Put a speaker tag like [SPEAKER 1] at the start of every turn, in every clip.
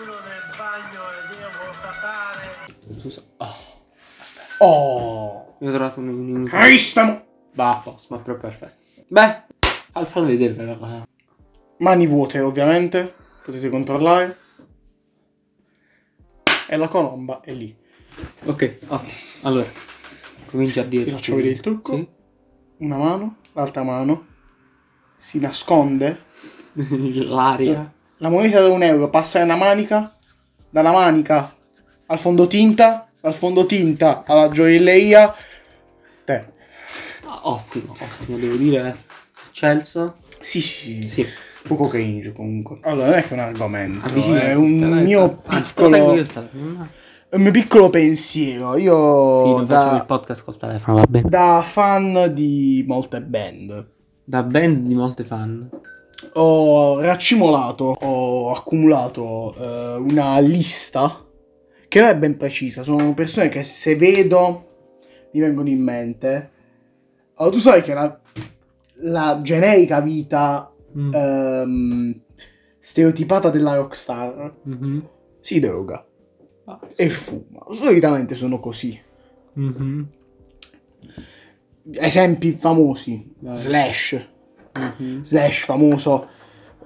[SPEAKER 1] Uno nel bagno e devo papare.
[SPEAKER 2] Tu sa- Oh,
[SPEAKER 3] Oh!
[SPEAKER 2] io ho trovato un, un, un...
[SPEAKER 3] Cristamo!
[SPEAKER 2] Va a posto, ma proprio perfetto. Beh, al far vedere però. eh.
[SPEAKER 3] Mani vuote, ovviamente. Potete controllare. E la colomba è lì.
[SPEAKER 2] Ok, ottimo. Allora, comincia a dire.
[SPEAKER 3] Ti faccio vedere il trucco.
[SPEAKER 2] Sì.
[SPEAKER 3] Una mano, l'altra mano. Si nasconde.
[SPEAKER 2] L'aria.
[SPEAKER 3] La moneta da un euro passa nella manica. Dalla manica al fondotinta. Dal fondotinta alla gioielleria. Te.
[SPEAKER 2] Ah, ottimo, ottimo, devo dire. Celso.
[SPEAKER 3] Sì, sì, sì.
[SPEAKER 2] Sì.
[SPEAKER 3] Poco cringe comunque. Allora, non è che è un argomento.
[SPEAKER 2] Avvicinati,
[SPEAKER 3] È un
[SPEAKER 2] dai,
[SPEAKER 3] mio
[SPEAKER 2] dai. Anzi, te lo tengo Ah, io
[SPEAKER 3] piccolo.
[SPEAKER 2] il telefono.
[SPEAKER 3] È un mio piccolo pensiero. Io
[SPEAKER 2] sì, non facciamo
[SPEAKER 3] Oh, da,
[SPEAKER 2] il podcast col telefono, va bene.
[SPEAKER 3] da fan di molte band
[SPEAKER 2] Da band di molte fan.
[SPEAKER 3] ho raccimolato, ho accumulato eh, una lista che non è ben precisa. Sono persone che se vedo mi vengono in mente. Allora, tu sai che la, la generica vita
[SPEAKER 2] Mm.
[SPEAKER 3] ehm, stereotipata della rockstar
[SPEAKER 2] Mhm.
[SPEAKER 3] si droga
[SPEAKER 2] Ah.
[SPEAKER 3] e fuma. Solitamente sono così.
[SPEAKER 2] Mhm.
[SPEAKER 3] Esempi famosi:
[SPEAKER 2] Vai.
[SPEAKER 3] Slash,
[SPEAKER 2] Mhm.
[SPEAKER 3] Slash famoso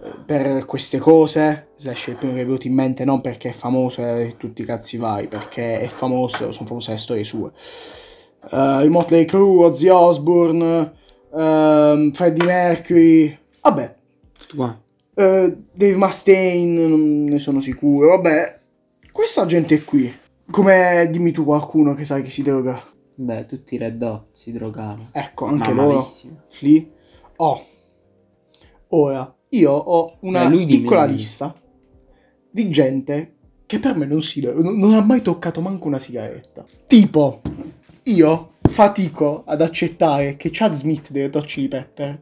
[SPEAKER 3] eh, per queste cose. Slash è il primo che è venuto in mente non perché è famoso e tutti i cazzi vai, perché è famoso, sono famose le storie sue. Eh, I Motley Crue, Ozzy Osbourne, ehm, Freddie Mercury, vabbè,
[SPEAKER 2] Tutto qua.
[SPEAKER 3] eh, Dave Mustaine, non ne sono sicuro, vabbè. Questa gente qui, come dimmi tu qualcuno che sai che si droga?
[SPEAKER 2] Beh, tutti i red hot si drogavano.
[SPEAKER 3] Ecco, anche
[SPEAKER 2] Ma
[SPEAKER 3] loro.
[SPEAKER 2] malissimo.
[SPEAKER 3] Flea. Oh. Ora, io ho una
[SPEAKER 2] Eh, lui dimmi,
[SPEAKER 3] piccola
[SPEAKER 2] lui.
[SPEAKER 3] lista di gente che per me non si non, non ha mai toccato manco una sigaretta. Tipo, io fatico ad accettare che Chad Smith dei Red Hot Chili Pepper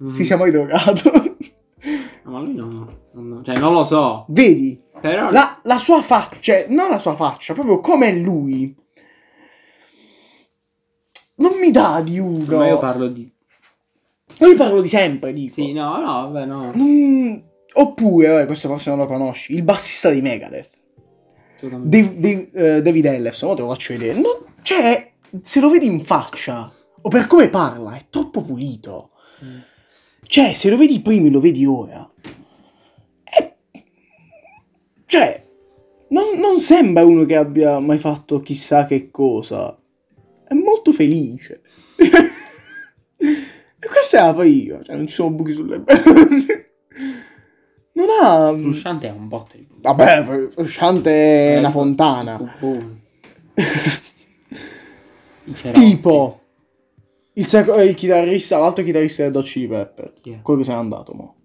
[SPEAKER 2] Mhm.
[SPEAKER 3] si sia mai drogato.
[SPEAKER 2] Ma lui no. non- non- Cioè, non lo so.
[SPEAKER 3] Vedi,
[SPEAKER 2] Però.
[SPEAKER 3] la, la sua faccia, cioè, non la sua faccia, proprio come lui. Non mi dà di uno.
[SPEAKER 2] Ma io parlo di.
[SPEAKER 3] Io parlo di sempre, dico.
[SPEAKER 2] Sì, no, no, vabbè, no.
[SPEAKER 3] Non- Oppure, vabbè, questo forse non lo conosci, il bassista di Megadeth,
[SPEAKER 2] Assolutamente.
[SPEAKER 3] Dave- Dave- eh, David Ellefson, ora te lo faccio vedere. No, cioè, se lo vedi in faccia, o per come parla, è troppo pulito.
[SPEAKER 2] Mm.
[SPEAKER 3] Cioè, se lo vedi prima e lo vedi ora, è- cioè, non, non sembra uno che abbia mai fatto chissà che cosa. È molto felice. e questa è la pariga, cioè, non ci sono buchi sulle... non ha...
[SPEAKER 2] Frusciante è un botto di.
[SPEAKER 3] Vabbè, fr- frusciante
[SPEAKER 2] Eh,
[SPEAKER 3] è una fontana.
[SPEAKER 2] Bubboni. I cerotti.
[SPEAKER 3] Tipo il, seco- eh, il chitarrista, l'altro chitarrista del Dodge Chili Pepper.
[SPEAKER 2] Chi è?
[SPEAKER 3] Quello che se n'è andato, mo.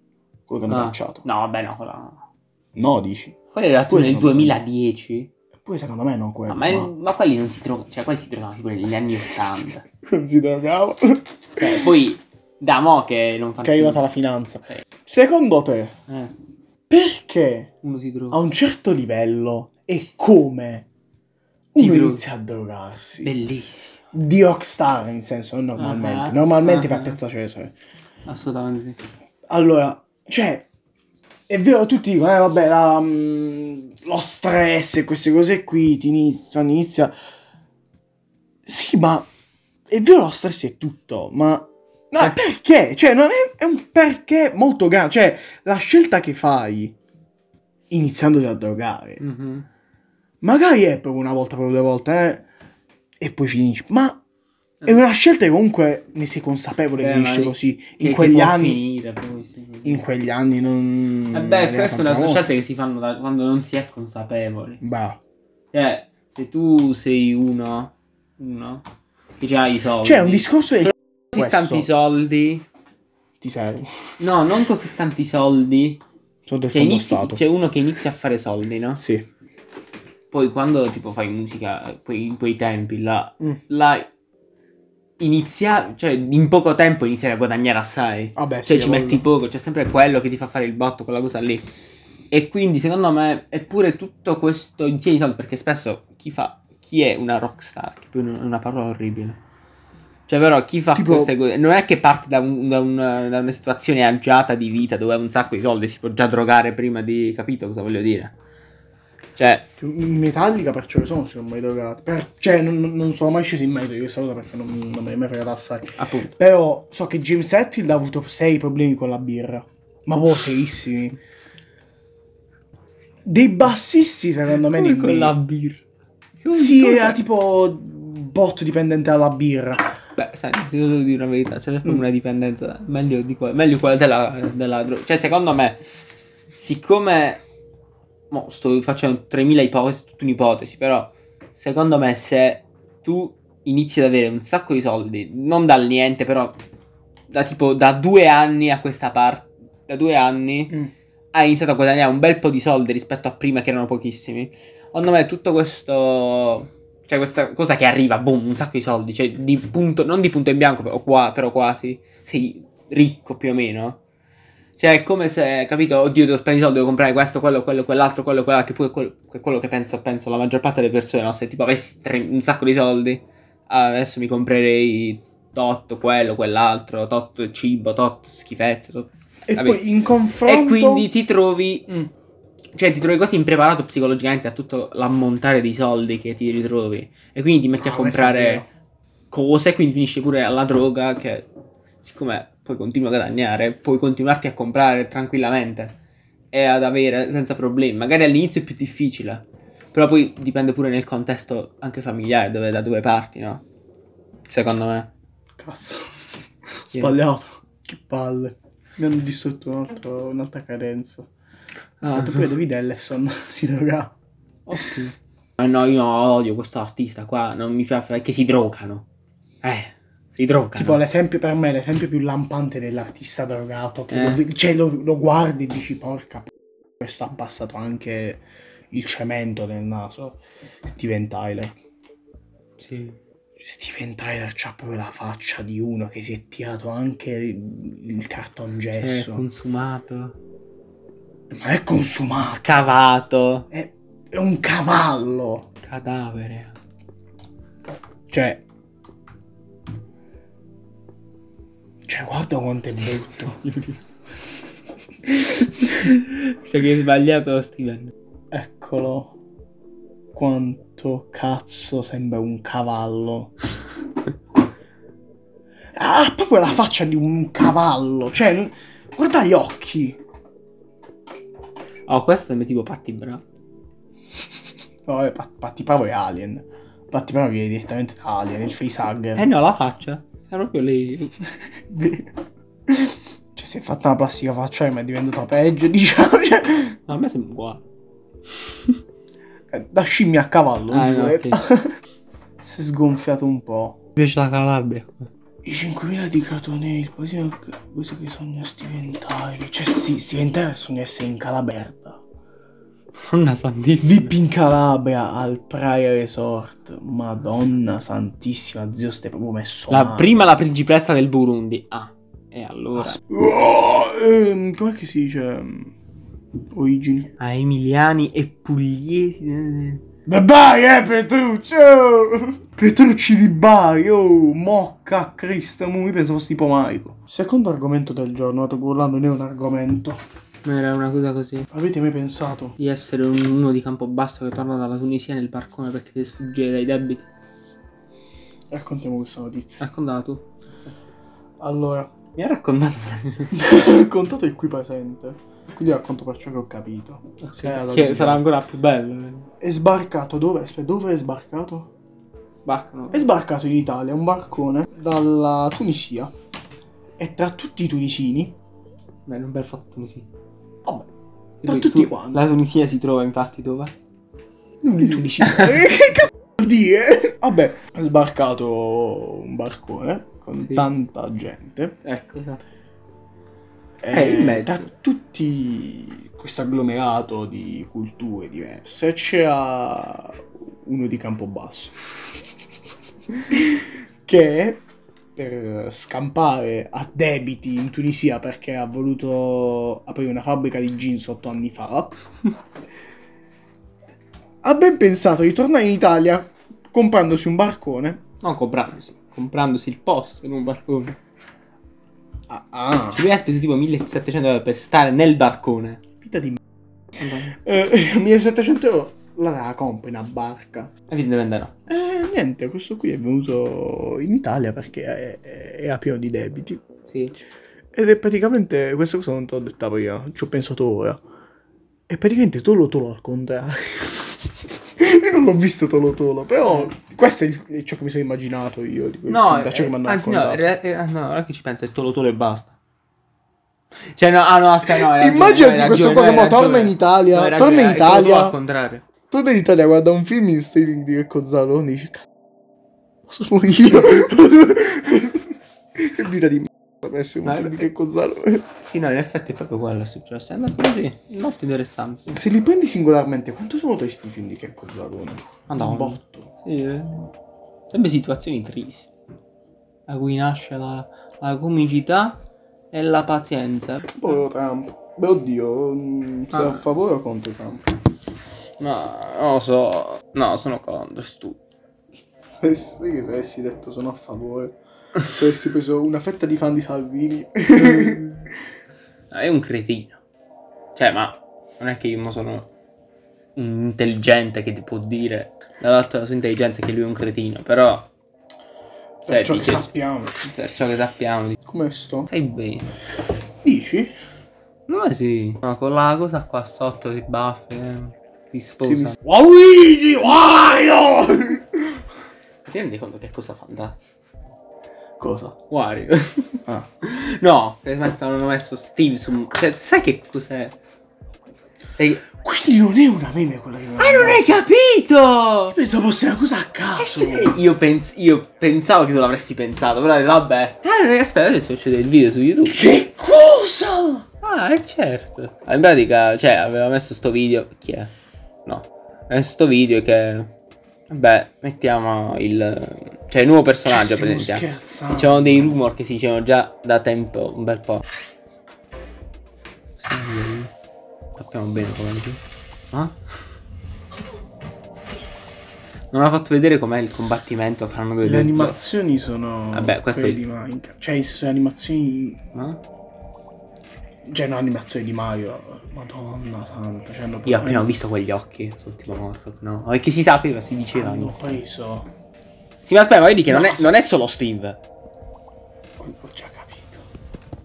[SPEAKER 3] Quello che hanno
[SPEAKER 2] Ah.
[SPEAKER 3] cacciato.
[SPEAKER 2] No, vabbè, no, quella no.
[SPEAKER 3] No, dici.
[SPEAKER 2] Quella era tu
[SPEAKER 3] Quello
[SPEAKER 2] nel
[SPEAKER 3] no.
[SPEAKER 2] 2010.
[SPEAKER 3] Eppure secondo me non quello.
[SPEAKER 2] No, ma,
[SPEAKER 3] Eh, ma-
[SPEAKER 2] ma quelli non si trovano. Cioè, quelli si trovano tipo negli anni 80.
[SPEAKER 3] Non si drogava.
[SPEAKER 2] Cioè, poi da mo che non fanno.
[SPEAKER 3] Che è arrivata la finanza.
[SPEAKER 2] Eh.
[SPEAKER 3] Secondo te,
[SPEAKER 2] più. Eh,
[SPEAKER 3] perché
[SPEAKER 2] uno si
[SPEAKER 3] a
[SPEAKER 2] trova.
[SPEAKER 3] un certo livello e come uno
[SPEAKER 2] Ti dro-
[SPEAKER 3] inizia a drogarsi?
[SPEAKER 2] Bellissimo.
[SPEAKER 3] Di rockstar, in senso, non normalmente.
[SPEAKER 2] Ah.
[SPEAKER 3] Normalmente fa
[SPEAKER 2] Ah.
[SPEAKER 3] piazza Cesare.
[SPEAKER 2] Assolutamente sì.
[SPEAKER 3] Allora, cioè, è vero, tutti dicono, eh, vabbè, la, mm, lo stress e queste cose qui ti iniziano, inizia. Sì, ma è vero, lo stress è tutto, ma. No,
[SPEAKER 2] Eh.
[SPEAKER 3] perché? Cioè, non è, è un perché molto grande. Cioè, la scelta che fai iniziandoti a drogare,
[SPEAKER 2] Mhm.
[SPEAKER 3] magari è proprio una volta, proprio due volte, eh, e poi finisci, ma. È una scelta che comunque ne sei consapevole che
[SPEAKER 2] Eh,
[SPEAKER 3] finisce
[SPEAKER 2] ma-
[SPEAKER 3] così.
[SPEAKER 2] Che-
[SPEAKER 3] In
[SPEAKER 2] che
[SPEAKER 3] quegli
[SPEAKER 2] può
[SPEAKER 3] anni
[SPEAKER 2] finire, poi, sì.
[SPEAKER 3] in quegli anni non...
[SPEAKER 2] Eh
[SPEAKER 3] non
[SPEAKER 2] beh,
[SPEAKER 3] era
[SPEAKER 2] queste sono
[SPEAKER 3] tanta cosa.
[SPEAKER 2] scelte che si fanno da- quando non si è consapevoli.
[SPEAKER 3] Bah.
[SPEAKER 2] Cioè, se tu sei uno, uno che ha i soldi,
[SPEAKER 3] C'è Cioè, un discorso di...
[SPEAKER 2] così
[SPEAKER 3] questo.
[SPEAKER 2] Oh, Cioè, tanti soldi,
[SPEAKER 3] Ti serve.
[SPEAKER 2] no, non così tanti soldi.
[SPEAKER 3] Sono del
[SPEAKER 2] Cioè,
[SPEAKER 3] fondo
[SPEAKER 2] inizi-
[SPEAKER 3] stato.
[SPEAKER 2] c'è uno che inizia a fare soldi, no?
[SPEAKER 3] Sì.
[SPEAKER 2] Poi quando tipo fai musica eh, quei- in quei tempi là,
[SPEAKER 3] Mm.
[SPEAKER 2] la inizia, cioè in poco tempo iniziare a guadagnare assai.
[SPEAKER 3] Vabbè,
[SPEAKER 2] Cioè
[SPEAKER 3] sì,
[SPEAKER 2] ci
[SPEAKER 3] voglio-
[SPEAKER 2] metti poco, c'è sempre quello che ti fa fare il botto, quella cosa lì. E quindi secondo me, eppure tutto questo insieme di soldi, perché spesso chi fa, chi è una rockstar, che poi non- è una parola orribile. Cioè però chi fa
[SPEAKER 3] Tipo-
[SPEAKER 2] queste cose, non è che parte da, un- da un- da una situazione agiata di vita dove ha un sacco di soldi, si può già drogare prima di, capito cosa voglio dire? Cioè,
[SPEAKER 3] In Metallica perciò che sono se non me li do regalati. Per- cioè, non, non sono mai sceso in merito di questa cosa perché non, non me li mai regalati assai.
[SPEAKER 2] appunto.
[SPEAKER 3] Però so che James Hetfield ha avuto sei problemi con la birra. Ma boh, proprio serissimi. Dei bassisti, secondo me,
[SPEAKER 2] Come
[SPEAKER 3] nemmeno.
[SPEAKER 2] con la birra. Come-
[SPEAKER 3] Sì, eh,
[SPEAKER 2] come-
[SPEAKER 3] era tipo botto dipendente dalla birra.
[SPEAKER 2] Beh, sai, ti devo dire una verità, c'è sempre una dipendenza, da- meglio, di que- meglio quella della, della droga. Cioè, secondo me, siccome... Mo, sto facendo 3000 ipotesi, tutta un'ipotesi, però, secondo me, se tu inizi ad avere un sacco di soldi, non dal niente, però, da tipo, da due anni a questa parte, da due anni, hai iniziato a guadagnare un bel po' di soldi rispetto a prima che erano pochissimi. Secondo me tutto questo. Cioè, questa cosa che arriva, boom, un sacco di soldi. Cioè, di punto, non di punto in bianco, però, qua, però quasi. Sei ricco più o meno. Cioè, è come se, capito, oddio, devo spendere i soldi, devo comprare questo, quello, quello, quell'altro, quello, quell'altro. Che pure quello, che quello che penso, penso la maggior parte delle persone, no? Se tipo avessi tre- un sacco di soldi, ah, adesso mi comprerei totto, quello, quell'altro, totto cibo, totto schifezze, totto
[SPEAKER 3] E
[SPEAKER 2] Vabbè.
[SPEAKER 3] poi in confronto.
[SPEAKER 2] e quindi ti trovi. mm, Cioè, ti trovi quasi impreparato psicologicamente a tutto l'ammontare di soldi che ti ritrovi. E quindi ti metti a
[SPEAKER 3] Ah, questo è
[SPEAKER 2] comprare cose, e quindi finisci pure alla droga. Che siccome poi continui a guadagnare, puoi continuarti a comprare tranquillamente e ad avere senza problemi. Magari all'inizio è più difficile. Però poi dipende pure nel contesto anche familiare, dove, da due parti, no? Secondo me.
[SPEAKER 3] Cazzo.
[SPEAKER 2] Sì.
[SPEAKER 3] Sbagliato. Che palle. Mi hanno distrutto un altro- un'altra cadenza.
[SPEAKER 2] Ah.
[SPEAKER 3] Ho fatto pure David Ellefson si droga.
[SPEAKER 2] Ok. Ma no, io odio questo artista qua, non mi piace perché si drogano. Eh, si drogano.
[SPEAKER 3] Tipo l'esempio per me, l'esempio più lampante dell'artista drogato. Che
[SPEAKER 2] Eh.
[SPEAKER 3] lo vedi- cioè, lo, lo guardi e dici porca p- questo ha passato anche il cemento nel naso. Steven Tyler.
[SPEAKER 2] Sì.
[SPEAKER 3] Steven Tyler c'ha proprio la faccia di uno che si è tirato anche il, il
[SPEAKER 2] Cioè,
[SPEAKER 3] cartongesso.
[SPEAKER 2] consumato,
[SPEAKER 3] Ma è consumato.
[SPEAKER 2] scavato,
[SPEAKER 3] È, è un cavallo.
[SPEAKER 2] cadavere.
[SPEAKER 3] Cioè. Cioè, guarda quanto è brutto.
[SPEAKER 2] Mi sa che hai sbagliato Steven.
[SPEAKER 3] Eccolo. Quanto cazzo sembra un cavallo. Ha proprio la faccia di un cavallo. Cioè, non- guarda gli occhi.
[SPEAKER 2] Oh, questo è tipo Patti Bra.
[SPEAKER 3] No, vabbè, Pat- Patti Bravo è Alien. Patti Bravo viene direttamente da Alien, il facehugger.
[SPEAKER 2] Eh no, la faccia. È proprio lei.
[SPEAKER 3] cioè, si è fatta una plastica faccia ma è diventata peggio, diciamo. Cioè,
[SPEAKER 2] No, a me sembra uguale.
[SPEAKER 3] eh, da scimmia a cavallo,
[SPEAKER 2] Ah, no,
[SPEAKER 3] giuro. si è sgonfiato un po'.
[SPEAKER 2] Invece la Calabria.
[SPEAKER 3] I 5000 di Catonei, il paesino che- questo che sogna Steven Tyler. Cioè, sì, Steven Tyler sogna essere in Calaberta.
[SPEAKER 2] Una santissima.
[SPEAKER 3] VIP in Calabria al Praia Resort. Madonna santissima, zio, stai proprio messo
[SPEAKER 2] La
[SPEAKER 3] male.
[SPEAKER 2] prima la principessa del Burundi. Ah, e allora.
[SPEAKER 3] Oh, ehm, com'è che si dice? Origini.
[SPEAKER 2] A Ah, Emiliani e Pugliesi.
[SPEAKER 3] Da Bari, eh, Petruccio! Petrucci di Bari, oh, mocca, Cristo, mo, io pensavo fosse tipo Maico. Secondo argomento del giorno, sto parlando non è un argomento.
[SPEAKER 2] Ma era una cosa così.
[SPEAKER 3] Avete mai pensato?
[SPEAKER 2] Di essere un- uno di Campobasso che torna dalla Tunisia nel barcone perché deve sfuggire dai debiti.
[SPEAKER 3] Raccontiamo questa notizia.
[SPEAKER 2] Raccontala tu.
[SPEAKER 3] Allora,
[SPEAKER 2] Mi ha raccontato.
[SPEAKER 3] raccontate il qui presente. Quindi racconto per ciò che ho capito. Se era da
[SPEAKER 2] che
[SPEAKER 3] dire.
[SPEAKER 2] sarà ancora più bello. eh.
[SPEAKER 3] È sbarcato dove? Aspetta, dove è sbarcato?
[SPEAKER 2] Sbarcano.
[SPEAKER 3] È sbarcato in Italia un barcone dalla Tunisia e tra tutti i tunisini,
[SPEAKER 2] Beh, un bel fatto così.
[SPEAKER 3] vabbè, tra tutti quanti,
[SPEAKER 2] La Tunisia si trova infatti dove?
[SPEAKER 3] non il tunisino, che cazzo vuol dire? Vabbè, è sbarcato un barcone con
[SPEAKER 2] Sì.
[SPEAKER 3] tanta gente
[SPEAKER 2] Ecco, esatto.
[SPEAKER 3] e
[SPEAKER 2] Eh, in mezzo.
[SPEAKER 3] tra Eh, tutti questo agglomerato di culture diverse c'era uno di Campobasso che per scampare a debiti in Tunisia perché ha voluto aprire una fabbrica di jeans otto anni fa ha ben pensato di tornare in Italia comprandosi un barcone
[SPEAKER 2] No, comprandosi. Comprandosi il posto in un barcone.
[SPEAKER 3] ah, ah.
[SPEAKER 2] Lui ha speso tipo 1700 euro per stare nel barcone.
[SPEAKER 3] vita di Eh, 1700 euro la, la compra una barca.
[SPEAKER 2] Evidentemente no.
[SPEAKER 3] E Eh, niente, questo qui è venuto in Italia perché è, è, era pieno di debiti.
[SPEAKER 2] Sì.
[SPEAKER 3] Ed è praticamente, questa cosa non te l'ho detta prima, ci ho pensato ora. E praticamente Tolo Tolo al contrario. Io non l'ho visto Tolo Tolo, però questo è il- ciò che mi sono immaginato io. Di quel
[SPEAKER 2] No,
[SPEAKER 3] film, da ciò
[SPEAKER 2] eh,
[SPEAKER 3] che mi hanno
[SPEAKER 2] anzi no,
[SPEAKER 3] raccontato.
[SPEAKER 2] re- eh, no, ora che ci penso è Tolo Tolo e basta. Cioè no, ah no, aspetta, no, hai ragione,
[SPEAKER 3] Immaginati
[SPEAKER 2] hai ragione,
[SPEAKER 3] questo
[SPEAKER 2] hai
[SPEAKER 3] Pokémon,
[SPEAKER 2] ragione.
[SPEAKER 3] torna in Italia,
[SPEAKER 2] No, hai
[SPEAKER 3] torna in
[SPEAKER 2] ragione, eh, è Tolo Tolo
[SPEAKER 3] Italia.
[SPEAKER 2] al contrario.
[SPEAKER 3] Torna in Italia, guarda un film in streaming di Rocco Zalone, dici cazzo. Sono io. che vita di merda per essere un
[SPEAKER 2] No,
[SPEAKER 3] film di
[SPEAKER 2] eh,
[SPEAKER 3] Rocco Zalone.
[SPEAKER 2] Sì, no, in effetti è proprio quello cioè, successo. È andato così, molto interessante.
[SPEAKER 3] Se li prendi singolarmente, quanto sono tristi i film di Rocco Zalone?
[SPEAKER 2] Madonna.
[SPEAKER 3] Un botto.
[SPEAKER 2] Sì, eh. sempre situazioni tristi. Da cui nasce la, la comicità e la pazienza.
[SPEAKER 3] Poi Trump. Beh, oddio, mm, sei
[SPEAKER 2] Ah.
[SPEAKER 3] a favore o contro Trump?
[SPEAKER 2] No, non lo so. No, sono contro, stupido.
[SPEAKER 3] Sai sai che se avessi detto sono a favore, se avessi preso una fetta di fan di Salvini.
[SPEAKER 2] Eh, Ah, È un cretino. Cioè, ma non è che io mo sono un intelligente che ti può dire dall'alto la sua intelligenza che lui è un cretino, però
[SPEAKER 3] per ciò che
[SPEAKER 2] dice-
[SPEAKER 3] sappiamo.
[SPEAKER 2] per ciò che sappiamo di-
[SPEAKER 3] Come sto?
[SPEAKER 2] stai bene.
[SPEAKER 3] Dici?
[SPEAKER 2] No, sì. Ma con la cosa qua sotto i baffi, eh, ti sposa.
[SPEAKER 3] Sì, mi- Waluigi, Wario!
[SPEAKER 2] Ti rendi conto che cosa fantastica?
[SPEAKER 3] Cosa?
[SPEAKER 2] Wario.
[SPEAKER 3] Ah.
[SPEAKER 2] no, per esempio hanno messo Steve su... Cioè, sai che cos'è? E...
[SPEAKER 3] Quindi non è una meme quella che mi
[SPEAKER 2] Ah, non hai capito!
[SPEAKER 3] Pensavo fosse una cosa a
[SPEAKER 2] Eh
[SPEAKER 3] caso.
[SPEAKER 2] sì, io, pens- io pensavo che tu l'avresti pensato, però vabbè. Ah, non aspetta, adesso c'è il video su YouTube.
[SPEAKER 3] Che cosa?
[SPEAKER 2] Ah, è certo. In pratica, cioè, aveva messo sto video. Chi è? No. Aveva messo sto video che. Vabbè, mettiamo il. Cioè, il Diciamo nuovo personaggio,
[SPEAKER 3] Cioè, stiamo
[SPEAKER 2] presentiamo.
[SPEAKER 3] scherzando.
[SPEAKER 2] C'erano dei rumor che si dicevano già da tempo, un bel po'. Sì, Sappiamo bene com'è il gioco. Ah? Non ha fatto vedere com'è il combattimento fra noi due.
[SPEAKER 3] Le animazioni sono
[SPEAKER 2] Vabbè, questo
[SPEAKER 3] quelle
[SPEAKER 2] è-
[SPEAKER 3] di Minecraft. Cioè, nel senso, le animazioni.
[SPEAKER 2] Ma?
[SPEAKER 3] Cioè, no, animazioni di Mario. Madonna santa. Cioè, hanno
[SPEAKER 2] Io appena ho
[SPEAKER 3] hanno-
[SPEAKER 2] visto quegli occhi, sono tipo morto. No, è che si sapeva, si diceva.
[SPEAKER 3] Hanno preso.
[SPEAKER 2] Sì, ma aspetta, ma vedi che non,
[SPEAKER 3] No,
[SPEAKER 2] è, non è solo Steve.
[SPEAKER 3] Ho ho già capito.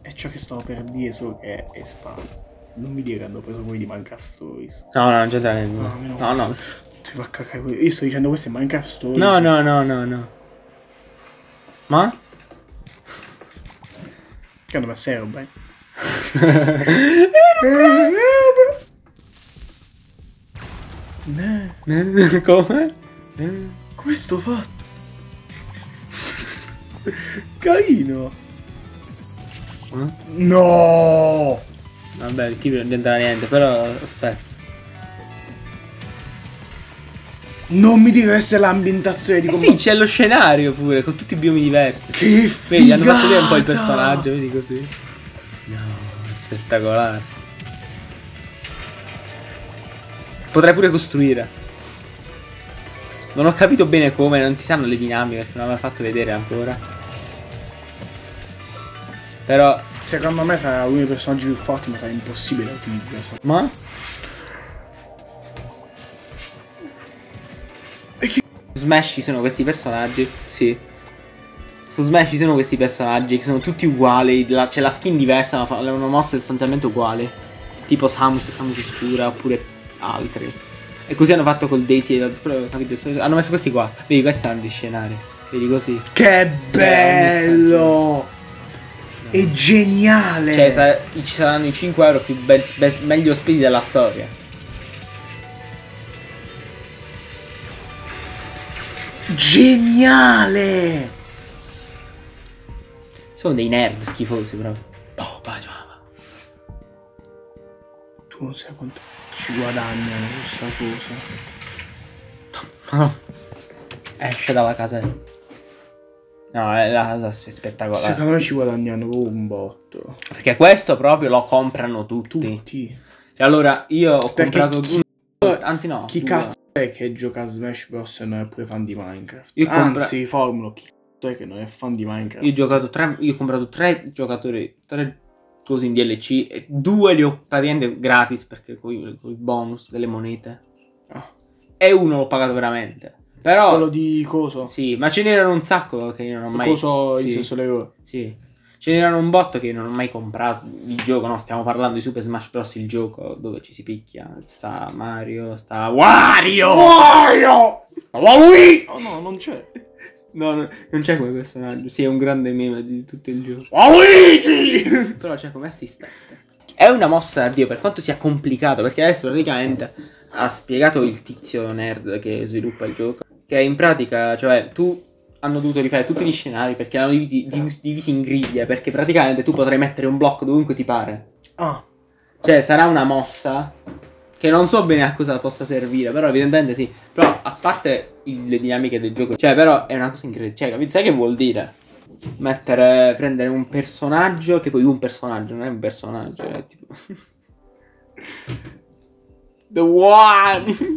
[SPEAKER 3] È ciò che stavo per dire, solo che è espanso. Non mi dire che hanno preso quelli di Minecraft Stories.
[SPEAKER 2] No, no, non c'entra nulla.
[SPEAKER 3] No, meno
[SPEAKER 2] No, no.
[SPEAKER 3] Ti fa cacare quelli. Io sto dicendo questo è Minecraft Stories.
[SPEAKER 2] No, no, no, no, no. Ma?
[SPEAKER 3] Che hanno messo Airbyte.
[SPEAKER 2] Eh,
[SPEAKER 3] Nah.
[SPEAKER 2] Come?
[SPEAKER 3] Come sto fatto? Caino!
[SPEAKER 2] Eh?
[SPEAKER 3] No!
[SPEAKER 2] Vabbè, qui non c'entra niente, però aspetta.
[SPEAKER 3] Non mi dire questa è l'ambientazione di
[SPEAKER 2] Eh
[SPEAKER 3] combat-
[SPEAKER 2] sì, c'è lo scenario pure, con tutti i biomi diversi.
[SPEAKER 3] Che
[SPEAKER 2] Vedi, hanno fatto vedere un po' il
[SPEAKER 3] figata!
[SPEAKER 2] personaggio, vedi così. No, è spettacolare. Potrei pure costruire. Non ho capito bene come, non si sanno le dinamiche, perché non l'hanno fatto vedere ancora. Però...
[SPEAKER 3] Secondo me sarà uno dei personaggi più forti, ma sarà impossibile da utilizzare. so-
[SPEAKER 2] Ma? Smash ci sono questi personaggi? Sì. Su Smash ci sono questi personaggi che sono tutti uguali, la- c'è la skin diversa, ma fa- le hanno mosse sostanzialmente uguali. Tipo Samus, Samus Scura, oppure altri. E così hanno fatto col Daisy e l'altro- però, capito? so- Hanno messo questi qua. Vedi, questi erano gli scenari. Vedi così.
[SPEAKER 3] Che bello! È geniale!
[SPEAKER 2] Cioè, sa- ci saranno i 5 euro più ben- best- meglio spesi della storia.
[SPEAKER 3] Geniale!
[SPEAKER 2] Sono dei nerd schifosi proprio. Oh, vai, vai, vai.
[SPEAKER 3] Tu non sai quanto ci guadagnano questa cosa.
[SPEAKER 2] Ah. Esce dalla casetta. No, è la casa spe- spettacolare.
[SPEAKER 3] Secondo me ci guadagnano un botto.
[SPEAKER 2] Perché questo proprio lo comprano tutti.
[SPEAKER 3] Tutti.
[SPEAKER 2] E allora io ho
[SPEAKER 3] Perché
[SPEAKER 2] comprato
[SPEAKER 3] chi-
[SPEAKER 2] un- Anzi no.
[SPEAKER 3] Chi
[SPEAKER 2] due.
[SPEAKER 3] cazzo è che gioca a Smash Bros e non è pure fan di Minecraft?
[SPEAKER 2] Io compra-
[SPEAKER 3] Anzi, formulo, chi cazzo è che non è fan di Minecraft?
[SPEAKER 2] Io ho giocato tre. Io ho comprato tre giocatori. Tre cose in DLC. E due li ho praticamente gratis perché con i bonus delle monete.
[SPEAKER 3] Ah.
[SPEAKER 2] e uno l'ho pagato veramente. Però
[SPEAKER 3] Quello di coso.
[SPEAKER 2] sì, ma ce n'erano un sacco che io non ho mai
[SPEAKER 3] Coso in
[SPEAKER 2] sì.
[SPEAKER 3] senso Lego.
[SPEAKER 2] Sì. Ce n'erano un botto che non ho mai comprato il gioco, no, stiamo parlando di Super Smash Bros. il gioco dove ci si picchia. Sta Mario, sta Wario! Wario! Waluigi!
[SPEAKER 3] Oh no, non c'è.
[SPEAKER 2] No, no, non c'è come personaggio, sì, è un grande meme di tutto il gioco.
[SPEAKER 3] Luigi!
[SPEAKER 2] Però c'è come assistente. È una mossa da Dio, per quanto sia complicato, perché adesso praticamente ha spiegato il tizio nerd che sviluppa il gioco, che in pratica, cioè, tu hanno dovuto rifare tutti gli scenari perché l'hanno divisi, div- divisi in griglie, perché praticamente tu potrai mettere un blocco dovunque ti pare.
[SPEAKER 3] Ah,
[SPEAKER 2] Cioè, sarà una mossa che non so bene a cosa possa servire, però evidentemente sì. Però, a parte il- le dinamiche del gioco, cioè, però è una cosa incredibile. Cioè, capito? Sai che vuol dire? Mettere, prendere un personaggio, che poi un personaggio, non è un personaggio, è tipo... The One!